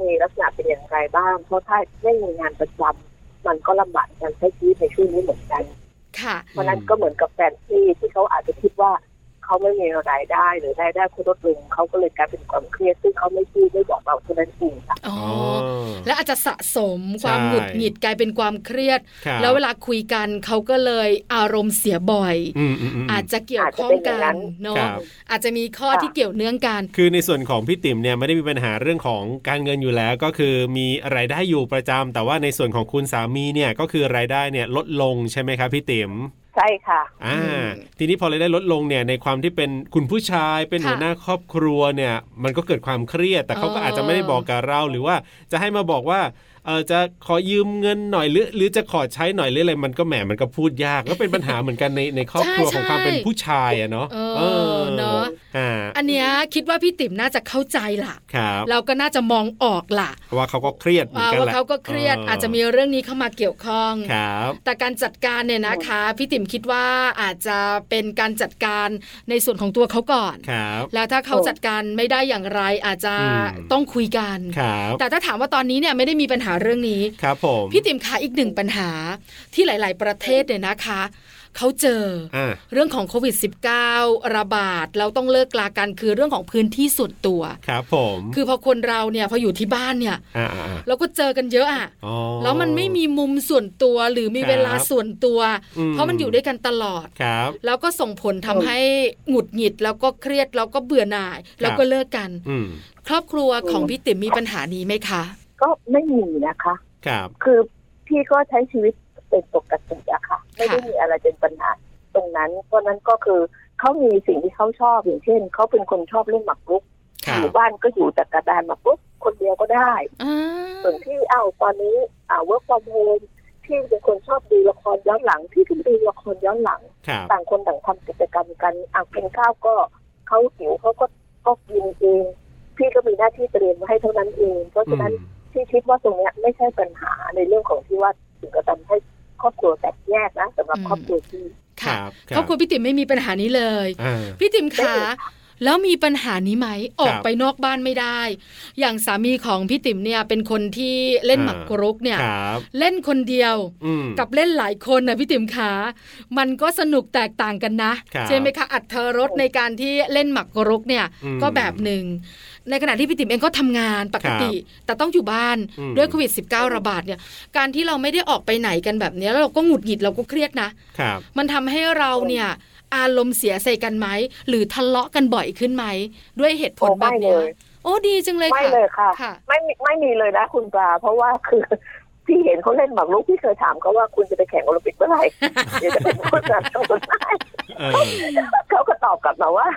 [SPEAKER 5] มีลักษณะเป็นอย่างไรบ้าง เพราะถ้าไม่มีงานประจำมันก็ลำบากการใช้ชีวิตในช่วงนี้เหมือนกัน
[SPEAKER 1] ค่ะ
[SPEAKER 5] เพราะนั้นก็เหมือนกับแฟนที่ที่เขาอาจจะคิดว่าเขาไม่มีรายได้หรือรายได้คุณลดลงเขาก็เลยกลายเป็นความเครียดซึ่งเขาไม่พูดไม่บอกเราเท่านั้นเองค่ะ
[SPEAKER 1] อ๋อ
[SPEAKER 2] อ๋อ
[SPEAKER 1] อและอาจจะสะสมความ
[SPEAKER 2] ใช่
[SPEAKER 1] หงุดหงิดกลายเป็นความเครียด
[SPEAKER 2] ครับ
[SPEAKER 1] แล้วเวลาคุยกันเขาก็เลยอารมณ์เสียบ่อย
[SPEAKER 2] อืมอืมอืม
[SPEAKER 1] อาจจะเกี่ยวข้องกันเนาะ
[SPEAKER 2] ครับ
[SPEAKER 1] อาจจะมีข้อที่เกี่ยวเนื่องกัน
[SPEAKER 2] คือในส่วนของพี่ติ๋มเนี่ยไม่ได้มีปัญหาเรื่องของการเงินอยู่แล้ว ก็คือมีรายได้อยู่ประจำแต่ว่าในส่วนของคุณสามีเนี่ยก็คือรายได้เนี่ยลดลงใช่ไหมครับพี่ติ๋ม
[SPEAKER 5] ใช่ค่ะ
[SPEAKER 2] อ่า
[SPEAKER 1] อืม
[SPEAKER 2] ทีนี้พอรายได้ลดลงเนี่ยในความที่เป็นคุณผู้ชายเป็น
[SPEAKER 1] ค่ะ
[SPEAKER 2] หัวหน้าครอบครัวเนี่ยมันก็เกิดความเครียด แต่เขาก็
[SPEAKER 1] อ๋ออ
[SPEAKER 2] อาจจะไม่ได้บอกกับเราหรือว่าจะให้มาบอกว่าเออจะขอยืมเงินหน่อยหรือ หรือจะขอใช้หน่อยหรืออะไรมันก็แหมมันก็พูดยาก ก็เป็นปัญหาเหมือนกันในในครอบครัว
[SPEAKER 1] ใช่
[SPEAKER 2] ของความเป็นผู้ชายอะเนาะ
[SPEAKER 1] เออเนาะ
[SPEAKER 2] อ่า
[SPEAKER 1] อันเนี้ยคิดว่าพี่ติ๋มน่าจะเข้าใจล่ะ
[SPEAKER 2] ครับ
[SPEAKER 1] เราก็น่าจะมองออกล่ะ
[SPEAKER 2] ว่าเขาก็เครียดเหมือน
[SPEAKER 1] ว่า
[SPEAKER 2] กัน
[SPEAKER 1] ว่า
[SPEAKER 2] แหละ
[SPEAKER 1] เขาก็เครียดอาจจะมีเรื่องนี้เข้ามาเกี่ยวข้อง
[SPEAKER 2] ครับ
[SPEAKER 1] แต่การจัดการเนี่ยนะคะพี่ติ๋มคิดว่าอาจจะเป็นการจัดการในส่วนของตัวเขาก่อน
[SPEAKER 2] ครับ
[SPEAKER 1] แล้วถ้าเขาจัดการไม่ได้อย่างไรอาจจะ
[SPEAKER 2] อืม
[SPEAKER 1] ต้องคุยกัน
[SPEAKER 2] ครับ
[SPEAKER 1] แต่ถ้าถามว่าตอนนี้เนี่ยไม่ได้มีปัญหาเรื่องนี้
[SPEAKER 2] ครับผม
[SPEAKER 1] พี่ติ๋มคะอีกหนึ่งปัญหาที่หลาย ๆ ประเทศเนี่ยนะคะเขาเจออ
[SPEAKER 2] อ่า
[SPEAKER 1] เรื่องของโควิด -19 ระบาดแล้วต้องเลิกลากันคือเรื่องของพื้นที่ส่วนตัว
[SPEAKER 2] ครับผม
[SPEAKER 1] คือพอคนเราเนี่ยพออยู่ที่บ้านเนี่ย
[SPEAKER 2] อ่าอ่าอ่า
[SPEAKER 1] เราก็เจอกันเยอะอะ
[SPEAKER 2] อ๋อ
[SPEAKER 1] แล้วมันไม่มีมุมส่วนตัวหรือมี
[SPEAKER 2] ครับ
[SPEAKER 1] เวลาส่วนตัว
[SPEAKER 2] อืม
[SPEAKER 1] เพราะมันอยู่ด้วยกันตลอด
[SPEAKER 2] ครับ
[SPEAKER 1] แล้วก็ส่งผลทำให้หงุดหงิดแล้วก็เครียดแล้วก็เบื่อหน่าย แล้วก็เลิกกัน
[SPEAKER 2] อืม
[SPEAKER 1] ครอบครัวของพี่ติ๋มมีปัญหานี้ไหมคะ
[SPEAKER 5] ก็ไม่มีนะคะ
[SPEAKER 2] ครับ
[SPEAKER 5] คือพี่ก็ใช้ชีวิตเป็นปกติอะค่ะ ไม่ได้
[SPEAKER 1] ค่ะ
[SPEAKER 5] มีอะไรเป็นปัญหา ตรงนั้นเพราะนั้นก็คือเขามีสิ่งที่เขาชอบอย่างเช่นเขาเป็นคนชอบเล่นหมากรุก
[SPEAKER 2] ครับ
[SPEAKER 5] อยู่บ้านก็อยู่แต่กระดานหมากรุกคนเดียวก็ได้
[SPEAKER 1] อ่า
[SPEAKER 5] ส่วนที่เอาตอนนี้อ่าเวิร์กฟอร์มโฮมพี่เป็นคนชอบดูละครย้อนหลังพี่ก็ดูละครย้อนหลัง
[SPEAKER 2] ครับ
[SPEAKER 5] ต่างคนต่างทำกิจกรรมกันเอากินข้าวก็เขาหิวเขาก็ก็กินเองพี่ก็มีหน้าที่เตรียมไว้ให้เท่านั้นเอง เพราะ
[SPEAKER 2] อื
[SPEAKER 5] ฉะ
[SPEAKER 2] ม
[SPEAKER 5] นั้นพี่คิดว่าตรงเนี้ยไม่ใช่ปัญหาในเรื่องของที่ว่าถึงกระทำให้ครอบครัวแตกแยกนะสำหรับครอบครัวพี่
[SPEAKER 2] ค
[SPEAKER 1] ค่ะ
[SPEAKER 2] รับ
[SPEAKER 1] ครอบครัวพี่ติ๋มไม่มีปัญหานี้เลย
[SPEAKER 2] อ่า
[SPEAKER 1] พี่ติ๋มค
[SPEAKER 5] ไม่
[SPEAKER 1] ะ
[SPEAKER 5] มี
[SPEAKER 1] แล้วมีปัญหานี้ไหมออก
[SPEAKER 2] ครับ
[SPEAKER 1] ไปนอกบ้านไม่ได้ อย่างสามีของพี่ติ๋มเนี่ยเป็นคนที่เล่น
[SPEAKER 2] อ่า
[SPEAKER 1] หมากรุกเนี่ย
[SPEAKER 2] ครับ
[SPEAKER 1] เล่นคนเดียว
[SPEAKER 2] อืม
[SPEAKER 1] กับเล่นหลายคนนะพี่ติ๋มคะมันก็สนุกแตกต่างกันนะครับ ใช่ไหมคะอัตรรสในการที่เล่นหมากรุกเนี่ย
[SPEAKER 2] อืม
[SPEAKER 1] ก็แบบหนึ่ง ในขณะที่พี่ติ๋มเองก็ทำงานปกติ แต่ต้องอยู่บ้าน
[SPEAKER 2] อืม
[SPEAKER 1] ด้วยโควิด -19 ระบาดเนี่ยการที่เราไม่ได้ออกไปไหนกันแบบเนี้ยแล้วเราก็หงุดหงิดเราก็เครียดนะ
[SPEAKER 2] ครับ
[SPEAKER 1] มันทำให้เราเนี่ย อารมณ์เสียใส่กันไหม หรือทะเลาะกันบ่อยขึ้นไหม ด้วยเหตุผล
[SPEAKER 5] โอ้
[SPEAKER 1] แบบ
[SPEAKER 5] ไม่เล
[SPEAKER 1] เนี้ย
[SPEAKER 5] ย
[SPEAKER 1] โอ้ดีจังเลย
[SPEAKER 5] ไม่
[SPEAKER 1] ค่ะ
[SPEAKER 5] เลยค่ะ
[SPEAKER 1] ค่ะ
[SPEAKER 5] ไม่มีไม่มีเลยนะคุณปลาเพราะว่าคือ <laughs> พี่เห็นเขาเล่นหมากรุกพี่เคยถามเขาว่าคุณจะไปแข่งโอลิมปิกเมื่อไห <laughs> ร่เดี๋ยวจะเป็นผู้จัดการคนได้
[SPEAKER 2] เออ
[SPEAKER 5] เขาก็ตอบกลับมาว่า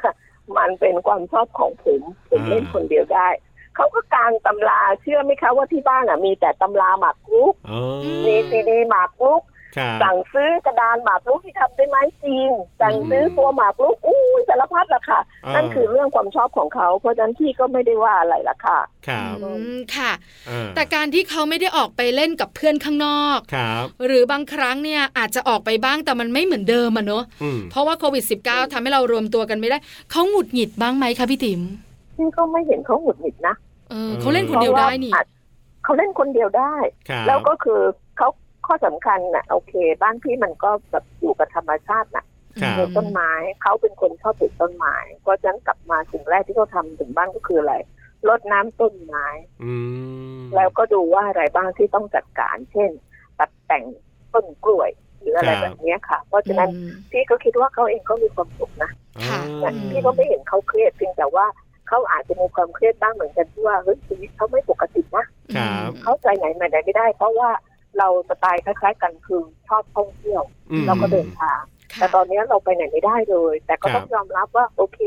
[SPEAKER 5] <laughs> มันเป็นความชอบของผมผมเล่น
[SPEAKER 2] อ่า
[SPEAKER 5] คนเดียวได้ เขาก็กางตำราเชื่อไหมคะว่าที่บ้านอ่ะมีแต่ตำราหมากรุก
[SPEAKER 2] เออ
[SPEAKER 5] มีซีดีหมากรุก
[SPEAKER 2] ครับ
[SPEAKER 5] สั่งซื้อกระดานหมากรุกที่ทำด้วยไม้จริงสั่งซื้อตัวหมากรุกอู้ยสารพัดละค่ะ นั่นคือเรื่องความชอบของเขาเพราะฉะนั้นพี่ก็ไม่ได้ว่าอะไรละค่ะ
[SPEAKER 2] ครับ
[SPEAKER 1] อืมค่ะ
[SPEAKER 2] อ่า
[SPEAKER 1] แต่การที่เขาไม่ได้ออกไปเล่นกับเพื่อนข้างนอก
[SPEAKER 2] ครับ
[SPEAKER 1] หรือบางครั้งเนี่ยอาจจะออกไปบ้างแต่มันไม่เหมือนเดิมอะเนอะ
[SPEAKER 2] อืม
[SPEAKER 1] เพราะว่าโควิด -19 ทำให้เรารวมตัวกันไม่ได้ เขาหงุดหงิดบ้างไหมคะพี่ติ๋ม
[SPEAKER 5] พี่ก็ไม่เห็นเขาหงุดหงิดนะ
[SPEAKER 1] เออ
[SPEAKER 2] เออ
[SPEAKER 1] เขาเล่นคนเดียวได้นี่
[SPEAKER 5] เพราะว่าอาจเขาเล่นคนเดียวได้
[SPEAKER 2] ครับ
[SPEAKER 5] แล้วก็คือเขาข้อสำคัญน่ะโอเค บ้านพี่มันก็แบบอยู่กับธรรมชาติน่ะ
[SPEAKER 2] ครั
[SPEAKER 5] ปลู
[SPEAKER 2] บ
[SPEAKER 5] กต้นไม้เขาเป็นคนชอบปลูกต้นไม้เพราะฉะนั้นกลับมาสิ่งแรกที่เขาทำถึงบ้านก็คืออะไรรดน้ำต้นไม้
[SPEAKER 2] อืม
[SPEAKER 5] แล้วก็ดูว่าอะไรบ้างที่ต้องจัดการ เช่น ตัดแต่งต้นกล้วย หรืออะไรแบบเนี้ยค่ะ เพราะฉะนั้นพี่ก็คิดว่าเขาเองก็มีความสุขนะ
[SPEAKER 1] ค่ะ
[SPEAKER 2] อ่า
[SPEAKER 5] แต่พี่ก็ไม่เห็นเขาเครียดเพียงแต่ว่าเขาอาจจะมีความเครียดบ้างเหมือนกันที่ว่าเฮ้ยชีวิตเขาไม่ปกตินะครับ เขาใจไหนมาไหนไม่ได้ เพราะว่าเราสไตล์คล้ายๆ กันคือชอบท่องเที่ยว
[SPEAKER 2] อืม
[SPEAKER 5] แล้วก็เดินทาง แต่ตอนนี้เราไปไหนไม่ได้เลย แต่ก็
[SPEAKER 2] ครั
[SPEAKER 5] ต้อบ งยอมรับว่าโอเค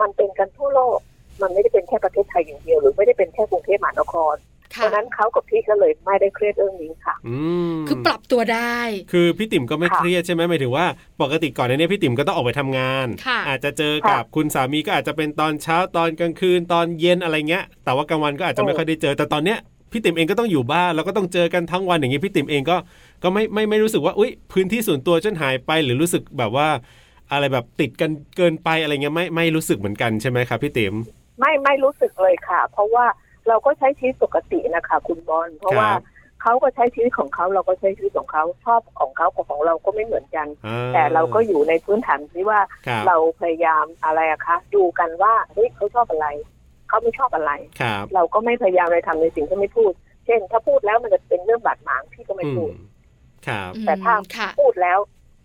[SPEAKER 5] มันเป็นกันทั่วโลก มันไม่ได้เป็นแค่ประเทศไทยอย่างเดียว หรือไม่ได้เป็นแค่กรุงเทพมหานคร เพ
[SPEAKER 1] ค่ะ
[SPEAKER 5] ราะฉะนั้นเขากับพี่ก็เลยไม่ได้เครียดเรื่องนี้ค่ะ
[SPEAKER 2] อืม
[SPEAKER 1] คือปรับตัวได้
[SPEAKER 2] คือพี่ติ๋มก็ไม่
[SPEAKER 5] ค่ะ
[SPEAKER 2] เครียดใช่ไหมหมายถึงว่าปกติก่อนหน้านี้พี่ติ๋มก็ต้องออกไปทำงาน
[SPEAKER 1] ค่ะ
[SPEAKER 2] อาจจะเจอ
[SPEAKER 5] ค่ะ
[SPEAKER 2] กับคุณสามีก็อาจจะเป็นตอนเช้าตอนกลางคืนตอนเย็นอะไรเงี้ย แต่ว่ากลางวันก็อาจจะไม่
[SPEAKER 5] เออ
[SPEAKER 2] ค่อยได้เจอแต่ตอนเนี้ยพี่ติ๋มเองก็ต้องอยู่บ้านแล้วก็ต้องเจอกันทั้งวันอย่างงี้พี่ติ๋มเองก็ก็ไม่ไม่ไม่รู้สึกว่าอุ้ยพื้นที่ส่วนตัวฉันหายไปหรือรู้สึกแบบว่า อะไรแบบติดกันเกินไปอะไรเงี้ยไม่ไม่รู้สึกเหมือนกันใช่ไหมครับพี่ติ๋ม
[SPEAKER 5] ไม่ไม่รู้สึกเลยค่ะ เพราะว่าเราก็ใช้ชีวิตปกตินะคะคุณบอลเพราะ
[SPEAKER 2] ครับ
[SPEAKER 5] ว่าเขาก็ใช้ชีวิตของเขาเราก็ใช้ชีวิตของเขาชอบของเขากับของเราก็ไม่เหมือนกัน
[SPEAKER 2] อ่
[SPEAKER 5] แต่เราก็อยู่ในพื้นฐานที่ว่า
[SPEAKER 2] ครับ
[SPEAKER 5] เราพยายามอะไรอะคะดูกันว่าเฮ้ยเขาชอบอะไรเขาไม่ชอบอะไร
[SPEAKER 2] ครับ
[SPEAKER 5] เราก็ไม่พยายามเลยทำในสิ่งที่ไม่พูด เช่น ถ้าพูดแล้วมันจะเป็นเรื่องบาดหมางพี่ก็ไม่
[SPEAKER 2] อื
[SPEAKER 5] พู
[SPEAKER 2] ม
[SPEAKER 5] ด
[SPEAKER 2] ครับ
[SPEAKER 1] อืม
[SPEAKER 5] แต่ถ้า
[SPEAKER 1] ค่ะ
[SPEAKER 5] พูดแล้ว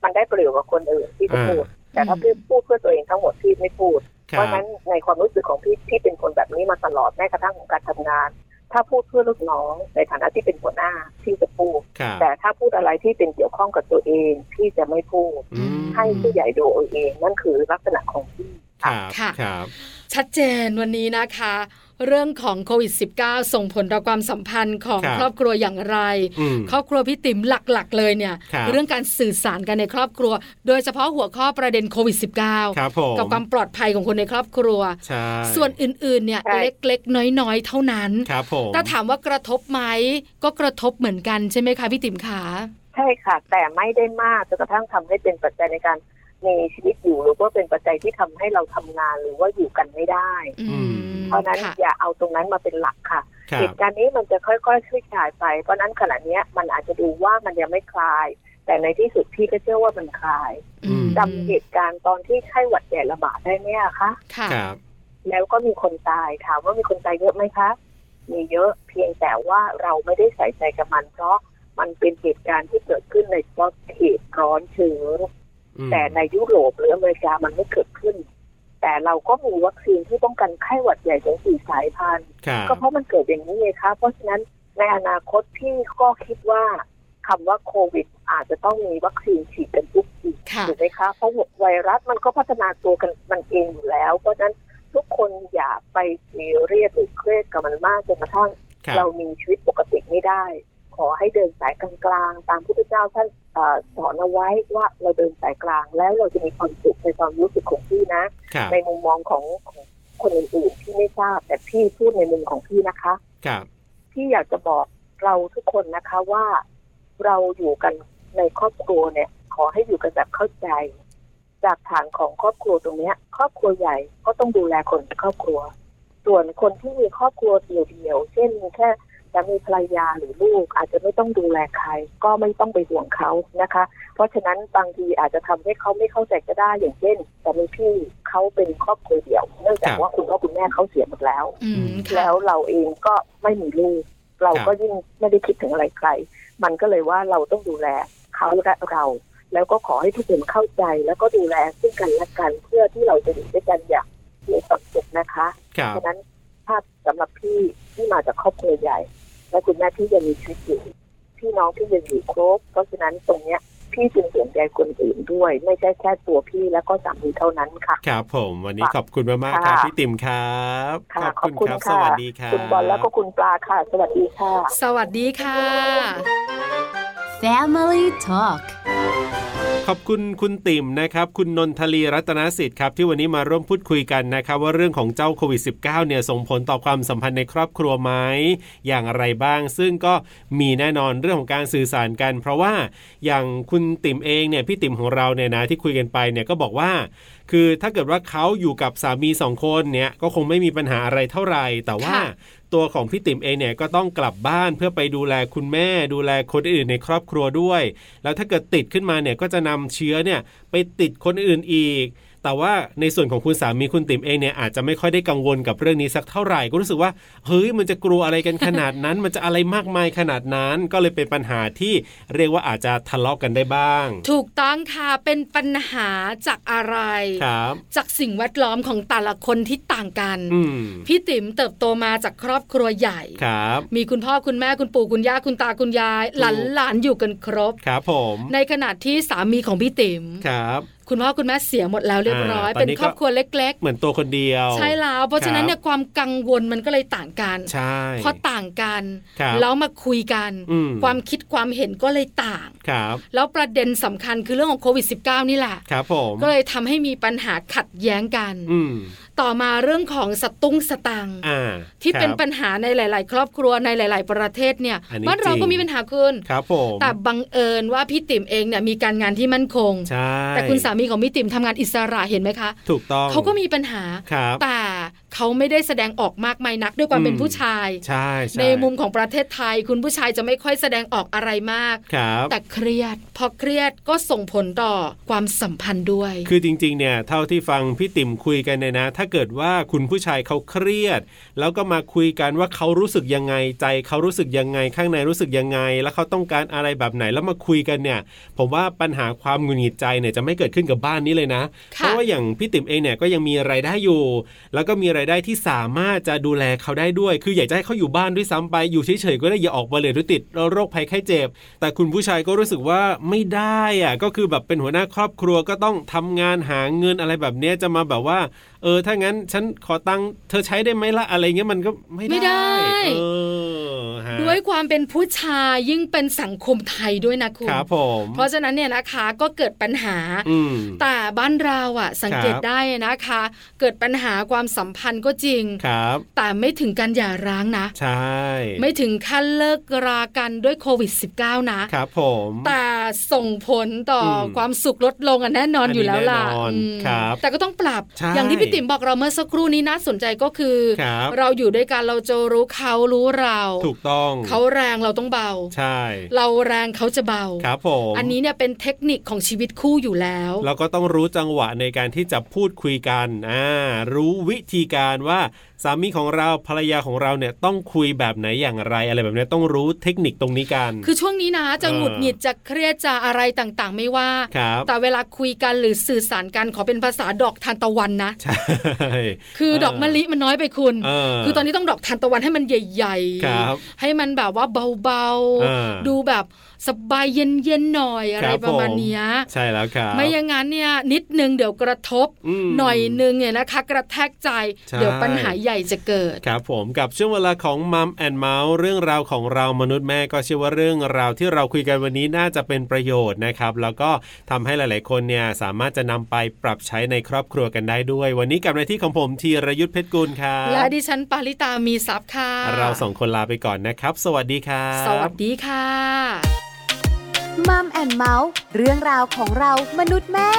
[SPEAKER 5] มันได้ประโยชน์กับคนอื่นพี่ก็
[SPEAKER 2] อ่า
[SPEAKER 5] พูด แต่ถ้า
[SPEAKER 1] อืม
[SPEAKER 5] พี่พูดเพื่อตัวเองทั้งหมดพี่ไม่พูด
[SPEAKER 2] ค
[SPEAKER 5] เพ
[SPEAKER 2] รั
[SPEAKER 5] ราะ
[SPEAKER 2] บ
[SPEAKER 5] ฉะนั้นในความรู้สึกของพี่พี่เป็นคนแบบนี้มาตลอดแม้กระทั่งของการทำงาน ถ้าพูดเพื่อลูกน้องในฐานะที่เป็นหัวหน้าพี่จะพูด
[SPEAKER 2] ครับ
[SPEAKER 5] แต่ถ้าพูดอะไรที่เป็นเกี่ยวข้องกับตัวเองพี่จะไม่พูด
[SPEAKER 2] อืม
[SPEAKER 5] ให้ผู้ใหญ่ดูเอาเองนั่นคือลักษณะของพี่
[SPEAKER 2] ครับ
[SPEAKER 1] ค่ะ
[SPEAKER 2] ครับ
[SPEAKER 1] ชัดเจนวันนี้นะคะ เรื่องของโควิด -19 ส่งผลต่อความสัมพันธ์ของ
[SPEAKER 2] ครับ
[SPEAKER 1] ครอบครัวอย่างไร
[SPEAKER 2] อืม
[SPEAKER 1] ครอบครัวพี่ติ๋มหลักๆ เลยเนี่ย
[SPEAKER 2] ครับ
[SPEAKER 1] เรื่องการสื่อสารกันในครอบครัว โดยเฉพาะหัวข้อประเด็นโควิด
[SPEAKER 2] ค
[SPEAKER 1] -19
[SPEAKER 2] รับผม
[SPEAKER 1] กับความปลอดภัยของคนในครอบครัว
[SPEAKER 2] ใช่
[SPEAKER 1] ส่วนอื่นๆเนี่ย
[SPEAKER 5] ใช่
[SPEAKER 1] เล็กๆ น้อยๆ เท่านั้น
[SPEAKER 2] ครับผม
[SPEAKER 1] ถ้าถามว่ากระทบไหมก็กระทบเหมือนกันใช่ไหมคะพี่ติ๋มขา
[SPEAKER 5] ใช่ค่ะ แต่ไม่ได้มากจนกระทั่งทำให้เป็นปัจจัยในการมีชีวิตอยู่หรือว่าเป็นปัจจัยที่ทำให้เราทำงานหรือว่าอยู่กันไม่ได้
[SPEAKER 1] อืม
[SPEAKER 5] เพราะฉะนั้น
[SPEAKER 1] ค่ะ
[SPEAKER 5] อย่าเอาตรงนั้นมาเป็นหลักค่ะ
[SPEAKER 2] ครั
[SPEAKER 5] เห
[SPEAKER 2] บ
[SPEAKER 5] ตุการณ์นี้มันจะค่อยๆคลี่คลายไป เพราะฉะนั้นขณะเนี้ยมันอาจจะดูว่ามันยังไม่คลาย แต่ในที่สุดพี่ก็เชื่อว่ามันคลาย
[SPEAKER 2] อืม
[SPEAKER 5] จำเหตุการณ์ตอนที่ไข้หวัดใหญ่ระบาดได้ไหมอะคะ
[SPEAKER 1] ค่ะ
[SPEAKER 2] ครับ
[SPEAKER 5] แล้วก็มีคนตายถามว่ามีคนตายเยอะไหมคะ มีเยอะเพียงแต่ว่าเราไม่ได้ใส่ใจกับมัน เพราะมันเป็นเหตุการณ์ที่เกิดขึ้นในเฉพาะเขตร้อนชื้น
[SPEAKER 2] อืม
[SPEAKER 5] แต่ในยุโรปหรืออเมริกามันไม่เกิดขึ้น แต่เราก็มีวัคซีนที่ป้องกันไข้หวัดใหญ่ถึงสี่สายพันธุ์
[SPEAKER 2] ครับ
[SPEAKER 5] ก็เพราะมันเกิดอย่างนี้ไงคะ เพราะฉะนั้นในอนาคตพี่ก็คิดว่าคำว่าโควิด อาจจะต้องมีวัคซีนฉีดกันทุกที
[SPEAKER 1] ค่ะ
[SPEAKER 5] ถูกไหมคะ เพราะไวรัสมันก็พัฒนาตัวกันมันเองอยู่แล้ว เพราะฉะนั้นทุกคนอย่าไปซีเรียสหรือเครียดกับมันมากจนกระทั่ง
[SPEAKER 2] ครับ
[SPEAKER 5] เรามีชีวิตปกติไม่ได้ ขอให้เดินสายกลางๆตามที่พระเจ้าท่านเอ่อสอนเอาไว้ว่าเราเดินสายกลาง แล้วเราจะมีความสุขในความรู้สึกของพี่นะ
[SPEAKER 2] ครับ
[SPEAKER 5] ในมุมมองของของคนอื่นๆที่ไม่ทราบ แต่พี่พูดในมุมของพี่นะคะ
[SPEAKER 2] ครับ
[SPEAKER 5] พี่อยากจะบอกเราทุกคนนะคะว่าเราอยู่กันในครอบครัวเนี่ย ขอให้อยู่กันแบบเข้าใจ จากฐานของครอบครัวตรงเนี้ย ครอบครัวใหญ่ก็ต้องดูแลคนในครอบครัว ส่วนคนที่มีครอบครัวเดี่ยวๆเช่นมีแค่สามีภรรยาหรือลูก อาจจะไม่ต้องดูแลใคร ก็ไม่ต้องไปห่วงเขานะคะ เพราะฉะนั้นบางทีอาจจะทำให้เขาไม่เข้าใจก็ได้ อย่างเช่นสามีพี่เขาเป็นครอบครัวเดี่ยวเนื่องจากว่าคุณพ่อคุณแม่เขาเสียหมดแล้ว
[SPEAKER 1] อืมค่ะ
[SPEAKER 5] แล้วเราเองก็ไม่มีลูก เราก็ยิ่งไม่ได้คิดถึงอะไรใคร มันก็เลยว่าเราต้องดูแลเขาและเรา แล้วก็ขอให้ทุกคนเข้าใจ แล้วก็ดูแลซึ่งกันและกันเพื่อที่เราจะอยู่ด้วยกันอย่างมีความสุขนะคะ
[SPEAKER 2] ครับ
[SPEAKER 5] ฉะนั้นภาพสำหรับพี่ที่มาจากครอบครัวใหญ่ และคุณแม่ที่ยังมีชีวิตอยู่พี่น้องที่ยังอยู่ครบ เพราะฉะนั้นตรงเนี้ยพี่จึงสนใจคนอื่นด้วย ไม่ใช่แค่ตัวพี่แล้วก็สามีเท่านั้นค่ะ
[SPEAKER 2] ครับผมวันนี้ขอบคุณมากๆ
[SPEAKER 5] ค่ะ
[SPEAKER 2] ครับพี่ติ๋มครับ
[SPEAKER 5] ค่ะ
[SPEAKER 2] ขอบคุณครับส
[SPEAKER 5] ค่ะ
[SPEAKER 2] วัสดีครับ
[SPEAKER 5] คุณบอลแล้วก็คุณปลาค่ะ สวัสดีค่ะ
[SPEAKER 1] สวัสดีค่ะ
[SPEAKER 4] Family Talk
[SPEAKER 2] ขอบคุณคุณติ่มนะครับ คุณนนทลีรัตนสิทธิ์ครับที่วันนี้มาร่วมพูดคุยกันนะครับ ว่าเรื่องของเจ้าโควิด -19 เนี่ยส่งผลต่อความสัมพันธ์ในครอบครัวไหมอย่างไรบ้าง ซึ่งก็มีแน่นอนเรื่องของการสื่อสารกัน เพราะว่าอย่างคุณติ่มเองเนี่ยพี่ติ่มของเราเนี่ยนะที่คุยกันไปเนี่ยก็บอกว่า คือถ้าเกิดว่าเขาอยู่กับสามีสองคนเนี่ยก็คงไม่มีปัญหาอะไรเท่าไหร่แต่ว่า
[SPEAKER 1] ค่ะ
[SPEAKER 2] ตัวของพี่ติ๋มเองเนี่ยก็ต้องกลับบ้านเพื่อไปดูแลคุณแม่ ดูแลคนอื่นในครอบครัวด้วย แล้วถ้าเกิดติดขึ้นมาเนี่ยก็จะนำเชื้อเนี่ยไปติดคนอื่นอีก แต่ว่าในส่วนของคุณสามีคุณติ๋มเองเนี่ยอาจจะไม่ค่อยได้กังวลกับเรื่องนี้สักเท่าไหร่ก็รู้สึกว่าเฮ้ยมันจะกลัวอะไรกันขนาดนั้น มันจะอะไรมากมายขนาดนั้น ก็เลยเป็นปัญหาที่เรียกว่าอาจจะทะเลาะกันได้บ้าง
[SPEAKER 1] ถูกต้องค่ะเป็นปัญหาจากอะไร
[SPEAKER 2] ครับ
[SPEAKER 1] จากสิ่งแวดล้อมของแต่ละคนที่ต่างกัน
[SPEAKER 2] อืม
[SPEAKER 1] พี่ติ๋มเติบโตมาจากครอบครัวใหญ่
[SPEAKER 2] ครับ
[SPEAKER 1] มีคุณพ่อคุณแม่คุณปู่คุณย่าคุณตาคุณยาย
[SPEAKER 2] ถูก
[SPEAKER 1] หลานหลานๆอยู่กันครบ
[SPEAKER 2] ครับผม
[SPEAKER 1] ในขณะที่สามีของพี่ติ๋ม
[SPEAKER 2] ครับ
[SPEAKER 1] คุณพ่อคุณแม่เสียหมดแล้วเรียบร้อย
[SPEAKER 2] อ่าตอนนี้
[SPEAKER 1] เป็นครอบครัวเล็ก
[SPEAKER 2] เหมือนตัวคนเดียว
[SPEAKER 1] ๆ ใช่แล้วเพราะฉะนั้น
[SPEAKER 2] ครับ
[SPEAKER 1] เนี่ยความกังวลมันก็เลยต่างกัน
[SPEAKER 2] ใช่
[SPEAKER 1] พอต่างกัน
[SPEAKER 2] ครับ
[SPEAKER 1] แล้วมาคุยกัน
[SPEAKER 2] อืม
[SPEAKER 1] ความคิดความเห็นก็เลยต่าง
[SPEAKER 2] ครับ
[SPEAKER 1] แล้วประเด็นสำคัญคือเรื่องของโควิด -19 นี่แหละ
[SPEAKER 2] ครับผม
[SPEAKER 1] ก็เลยทำให้มีปัญหาขัดแย้งกัน
[SPEAKER 2] อืม
[SPEAKER 1] ต่อมาเรื่องของสตุ้งสตังค์
[SPEAKER 2] อ่า
[SPEAKER 1] ที่เป็น
[SPEAKER 2] ครับ
[SPEAKER 1] ปัญหาในหลาย ๆ ครอบครัวในหลาย ๆ ประเทศเนี่ย
[SPEAKER 2] อันนี้
[SPEAKER 1] บ้านเรา
[SPEAKER 2] จริง
[SPEAKER 1] ก็มีปัญหาคุณ
[SPEAKER 2] ครับผม
[SPEAKER 1] แต่บังเอิญว่าพี่ติ๋มเองเนี่ยมีการงานที่มั่นคง
[SPEAKER 2] ใช่
[SPEAKER 1] แต่คุณสามีของพี่ติ๋มทำงานอิสระเห็นไหมคะ
[SPEAKER 2] ถูกต้อง
[SPEAKER 1] เขาก็มีปัญหา
[SPEAKER 2] ครับ
[SPEAKER 1] แต่เขาไม่ได้แสดงออกมากมายนักด้วยความ
[SPEAKER 2] อืม
[SPEAKER 1] เป็นผู้ชาย
[SPEAKER 2] ใช่ใช่
[SPEAKER 1] ในมุมของประเทศไทย คุณผู้ชายจะไม่ค่อยแสดงออกอะไรมาก
[SPEAKER 2] ครับ
[SPEAKER 1] แต่เครียด พอเครียดก็ส่งผลต่อความสัมพันธ์ด้วย
[SPEAKER 2] คือจริงๆ เนี่ยเท่าที่ฟังพี่ติ๋มคุยกันเนี่ยนะ ถ้าเกิดว่าคุณผู้ชายเขาเครียด แล้วก็มาคุยกันว่าเขารู้สึกยังไงใจเขารู้สึกยังไงข้างในรู้สึกยังไง แล้วเขาต้องการอะไรแบบไหนแล้วมาคุยกันเนี่ย ผมว่าปัญหาความหงุดหงิดใจเนี่ยจะไม่เกิดขึ้นกับบ้านนี้เลยนะ
[SPEAKER 1] ค่ะ
[SPEAKER 2] เพราะว่าอย่างพี่ติ๋มเองเนี่ยก็ยังมีรายได้อยู่ แล้วก็มีราย ได้ที่สามารถจะดูแลเขาได้ด้วย คืออยากจะให้เขาอยู่บ้านด้วยซ้ำไปอยู่เฉยๆก็ได้อย่าออกมาเลยหรือติดโรคภัยไข้เจ็บ แต่คุณผู้ชายก็รู้สึกว่าไม่ได้อะก็คือแบบเป็นหัวหน้าครอบครัวก็ต้องทำงานหาเงินอะไรแบบเนี้ยจะมาแบบว่า เออถ้างั้นฉันขอตังค์เธอใช้ได้ไหมละอะไรเงี้ยมันก็ไม่ได้
[SPEAKER 1] ไม่ได้
[SPEAKER 2] เออฮะ
[SPEAKER 1] ด้วยความเป็นผู้ชายยิ่งเป็นสังคมไทยด้วยนะคุณ
[SPEAKER 2] ครับผม
[SPEAKER 1] เพราะฉะนั้นเนี่ยนะคะก็เกิดปัญหา
[SPEAKER 2] อืม
[SPEAKER 1] แต่บ้านเราอะสังเกต
[SPEAKER 2] ครับ
[SPEAKER 1] ได้นะคะ เกิดปัญหาความสัมพันธ์ก็จริง
[SPEAKER 2] ครับ
[SPEAKER 1] แต่ไม่ถึงการหย่าร้างนะ
[SPEAKER 2] ใช่
[SPEAKER 1] ไม่ถึงขั้นเลิกรากันด้วยโควิด -19 นะ
[SPEAKER 2] ครับผม
[SPEAKER 1] แต่ส่งผลต่ออ
[SPEAKER 2] ม
[SPEAKER 1] ความสุขลดลงอะแน่นอน
[SPEAKER 2] อันนี้
[SPEAKER 1] อยู่แล้วล่ะ
[SPEAKER 2] แน่นอน
[SPEAKER 1] อืม
[SPEAKER 2] ครับ
[SPEAKER 1] แต่ก็ต้องปรับ
[SPEAKER 2] ใช่
[SPEAKER 1] อย่างที่พี่ติ๋มบอกเราเมื่อสักครู่นี้น่าสนใจก็คือ
[SPEAKER 2] ครับ
[SPEAKER 1] เราอยู่ด้วยกันเราจะรู้เขารู้เรา
[SPEAKER 2] ถูกต้อง
[SPEAKER 1] เขาแรงเราต้องเบา
[SPEAKER 2] ใช่
[SPEAKER 1] เราแรงเขาจะเบา
[SPEAKER 2] ครับผม
[SPEAKER 1] อันนี้เนี่ยเป็นเทคนิคของชีวิตคู่อยู่แล้ว
[SPEAKER 2] เราก็ต้องรู้จังหวะในการที่จะพูดคุยกันอ่ารู้วิธีการว่าสามีของเราภรรยาของเราเนี่ยต้องคุยแบบไหนอย่างไร อะไรแบบเนี้ยต้องรู้เทคนิคตรงนี้กัน
[SPEAKER 1] คือช่วงนี้นะจะ
[SPEAKER 2] เออ
[SPEAKER 1] หงุดหงิดจะเครียดจะอะไรต่างๆ ไม่ว่า
[SPEAKER 2] ครับ
[SPEAKER 1] แต่เวลาคุยกันหรือสื่อสารกันขอเป็นภาษาดอกทานตะวันนะ
[SPEAKER 2] ใช่
[SPEAKER 1] คือดอกมะลิมันน้อยไปคุณ
[SPEAKER 2] เออ
[SPEAKER 1] คือตอนนี้ต้องดอกทานตะวันให้มันใหญ่
[SPEAKER 2] ครับ
[SPEAKER 1] ให้มันแบบว่าเบา
[SPEAKER 2] เออ
[SPEAKER 1] ดูแบบสบายเย็นๆหน่อยอะไร
[SPEAKER 2] คบ
[SPEAKER 1] ประมาณ
[SPEAKER 2] ผ
[SPEAKER 1] เนี้ย
[SPEAKER 2] ใช่แล้วครับ
[SPEAKER 1] ไม่อย่างนั้นเนี่ยนิดนึงเดี๋ยวกระทบ
[SPEAKER 2] อืม
[SPEAKER 1] หน่อยนึงเนี่ยนะคะ กระแทกใจ
[SPEAKER 2] ใช่
[SPEAKER 1] เดี๋ยวปัญหาใหญ่จะเกิด
[SPEAKER 2] ครับผมกับช่วงเวลาของมัมแอนเมาส์เรื่องราวของเรามนุษย์แม่ก็เชื่อว่าเรื่องราวที่เราคุยกันวันนี้น่าจะเป็นประโยชน์นะครับ แล้วก็ทำให้หลาย ๆ คนเนี่ยสามารถจะนำไปปรับใช้ในครอบครัวกันได้ด้วย วันนี้กับหน้าที่ของผมธีรยุทธเพชรกุลครับ
[SPEAKER 1] และดิฉันปาริตามีซับค่ะ
[SPEAKER 2] เราสองคนลาไปก่อนนะครับ สวัสดีครับ
[SPEAKER 1] สวัสดีค่ะ
[SPEAKER 4] มัมแอนเมาส์เรื่องราวของเรามนุษย์แม่